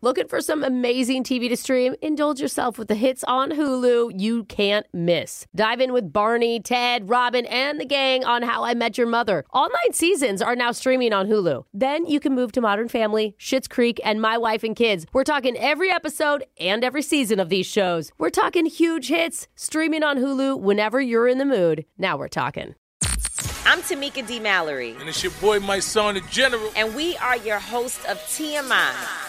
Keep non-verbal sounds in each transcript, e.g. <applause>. Looking for some amazing TV to stream? Indulge yourself with the hits on Hulu you can't miss. Dive in with Barney, Ted, Robin, and the gang on How I Met Your Mother. All nine seasons are now streaming on Hulu. Then you can move to Modern Family, Schitt's Creek, and My Wife and Kids. We're talking every episode and every season of these shows. We're talking huge hits streaming on Hulu whenever you're in the mood. Now we're talking. I'm Tamika D. Mallory. And it's your boy, my son, the general. And we are your hosts of TMI.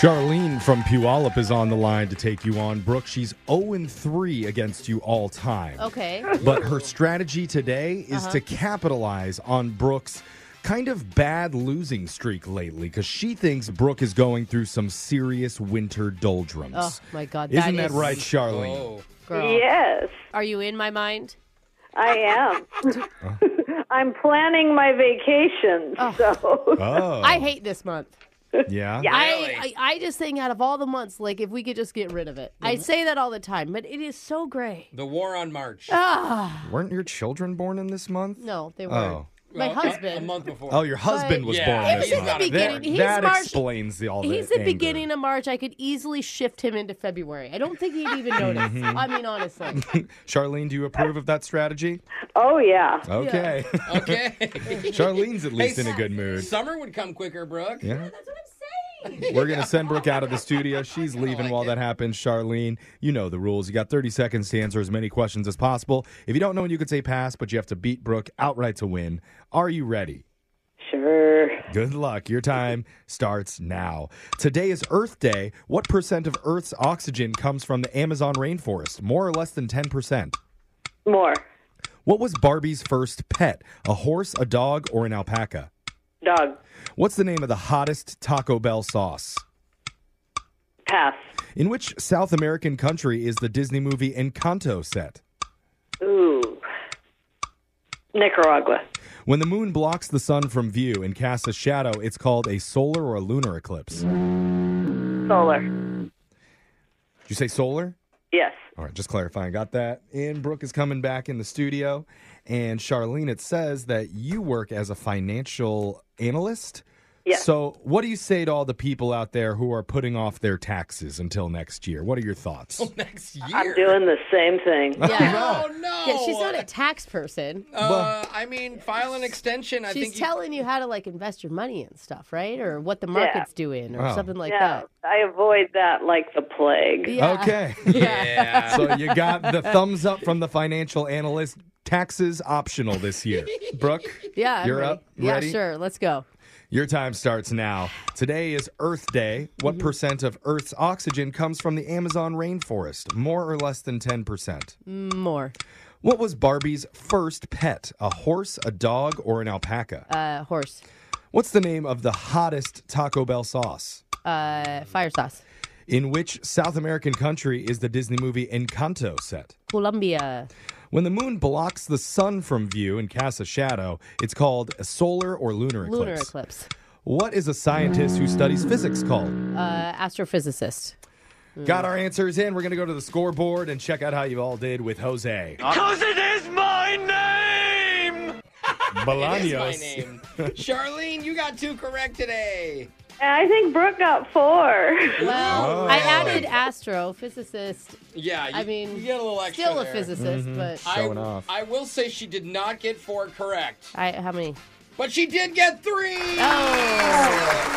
Charlene from Puyallup is on the line to take you on. Brooke, she's 0 3 against you all time. Okay. Uh-huh. But her strategy today is to capitalize on Brooke's kind of bad losing streak lately because she thinks Brooke is going through some serious winter doldrums. Oh, my God. Isn't that that is- right, Charlene? Girl, Yes, are you in my mind? I am. I'm planning my vacation, so Oh, I hate this month. yeah. I, I I just think out of all the months, like if we could just get rid of it. Mm-hmm. I say that all the time, but it is so great. The war on March. Oh, Weren't your children born in this month? No, they weren't. Oh. My Well, a- husband. A month before. Oh, your husband was Yeah. born It this was at the month. beginning. He's That, that March- explains the, all the He's the anger. beginning of March. I could easily shift him into February. I don't think he'd <laughs> even notice. Mm-hmm. I mean, honestly. Charlene, do you approve of that strategy? oh yeah. Okay. <laughs> Okay. Charlene's at least in a good mood. <laughs> Summer would come quicker, Brooke. Yeah. We're going to send Brooke out of the studio. She's leaving while that happens. Charlene, you know the rules. You got 30 seconds to answer as many questions as possible. If you don't know, you could say pass, but you have to beat Brooke outright to win. Are you ready? Sure. Good luck. Your time starts now. Today is Earth Day. What percent of Earth's oxygen comes from the Amazon rainforest? More or less than 10%. More What was Barbie's first pet? A horse, a dog, or an alpaca? dog What's the name of the hottest Taco Bell sauce? pass. In which South American country is the Disney movie Encanto set? Ooh, Nicaragua. When the moon blocks the sun from view and casts a shadow, it's called a solar or a lunar eclipse. Did Solar. you say solar? Yes. All right, just clarifying. Got that. And Brooke is coming back in the studio. And Charlene, it says that you work as a financial analyst. Yes. So, what do you say to all the people out there who are putting off their taxes until next year? What are your thoughts? Next year. I'm <laughs> doing the same <laughs> thing. Yeah. Oh no. yeah. She's not a tax person. Uh, I mean, file an extension. I She's think. you- telling you how to like invest your money and stuff, right? Or what the market's doing or Wow. something like Yeah, that. I avoid that like the plague. Yeah. Okay. yeah. So you got the thumbs up from the financial analyst. Taxes optional this year. Brooke, Yeah. I'm You're ready. up? Yeah, Ready? sure. Let's go. your time starts now. Today is Earth Day. What percent of Earth's oxygen comes from the Amazon rainforest? More or less than 10%. More. What was Barbie's first pet? A horse, a dog, or an alpaca? Uh, horse. What's the name of the hottest Taco Bell sauce? Uh, fire sauce. In which South American country is the Disney movie Encanto set? Colombia. When the moon blocks the sun from view and casts a shadow, it's called a solar or lunar eclipse. Lunar eclipse. What is a scientist who studies physics called? Uh, astrophysicist. Got our answers in. We're going to go to the scoreboard and check out how you all did with Jose. Because it is my name! <laughs> That's my <laughs> Bolaños. <laughs> name. Charlene, you got two correct today. And I think Brooke got four. Well, Oh. I added astrophysicist. Yeah, you, I mean, you get a little extra. still a there. Mm-hmm. physicist, but I, Showing off. I will say she did not get four correct, I how many? but she did get three. Oh. Still a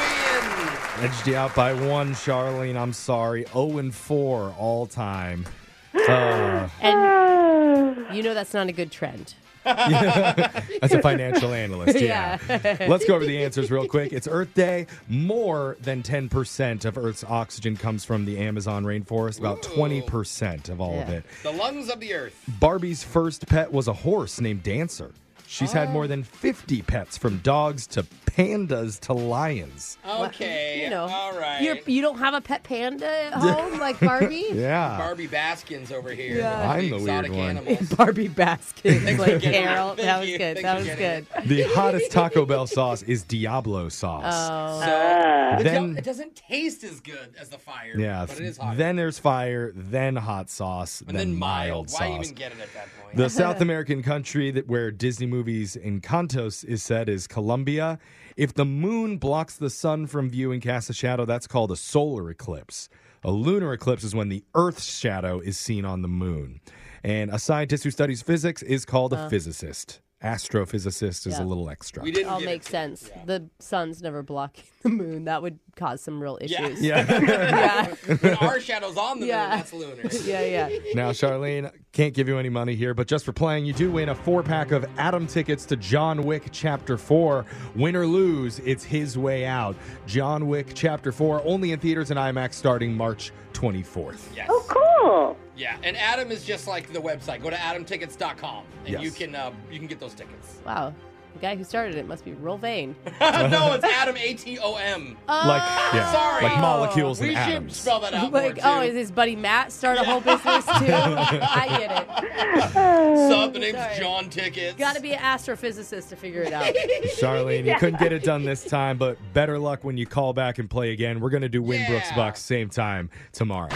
win. Edged you out by one, Charlene. I'm sorry. 0 and 4 all time. Uh, And you know that's not a good trend. That's a financial <laughs> analyst. Yeah. Yeah. Let's go over the answers real quick. It's Earth Day. More than 10% of Earth's oxygen comes from the Amazon rainforest, about 20% of all of Yeah. it. The lungs of the earth. Barbie's first pet was a horse named Dancer. She's had Oh. more than 50 pets from dogs to pandas to lions. Okay. You know, All right. You're, you don't have a pet panda <laughs> at home like Barbie. Yeah. Barbie Baskins over here. Yeah. I'm the exotic weird one. animals. Barbie Baskin, for like getting it. Carol. Thank That was you. good. Thanks That for was getting good. it. The hottest Taco <laughs> Bell sauce is Diablo sauce. Oh, So Then- it, don't- it doesn't taste as good as the fire. yeah. But it is hot. Then there's fire, then hot sauce, and then mild. sauce. Why even get it at that point? The South American country that where Disney movies Encantos is set is Colombia. If the moon blocks the sun from view and casts a shadow, that's called a solar eclipse. A lunar eclipse is when the Earth's shadow is seen on the moon. And a scientist who studies physics is called a physicist. Astrophysicist is a little extra. we didn't all get makes it. sense. The sun's never blocking <laughs> the moon. That would cause some real Yeah. issues. yeah. yeah, <laughs> When our shadow's on the Yeah. moon, that's lunar. <laughs> <laughs> yeah. yeah. now, Charlene, can't give you any money here, but just for playing, you do win a four pack of Adam tickets to John Wick Chapter 4. Win or lose, it's his way out. John Wick Chapter 4, only in theaters and IMAX starting March 24th. Yes. Oh, cool. Yeah. And Adam is just like the website. Go to adamtickets.com and Yes. you can uh, you can get <laughs> those tickets. <laughs> Wow, the guy who started it must be real vain. no, it's Adam A T O M. Oh. Like, yeah, Uh, Sorry. Oh, like molecules We and should atoms. <laughs> <laughs> spell that out. Like, uh, more, oh, too. is his buddy Matt start a whole business <laughs> too? I get it. Sub, the name's Sorry. John Tickets. Got to be an astrophysicist to figure it <laughs> out. Charlene, you couldn't get it done this time, but better luck when you call back and play again. We're going to do Win Brooks Yeah. Bucks same time tomorrow.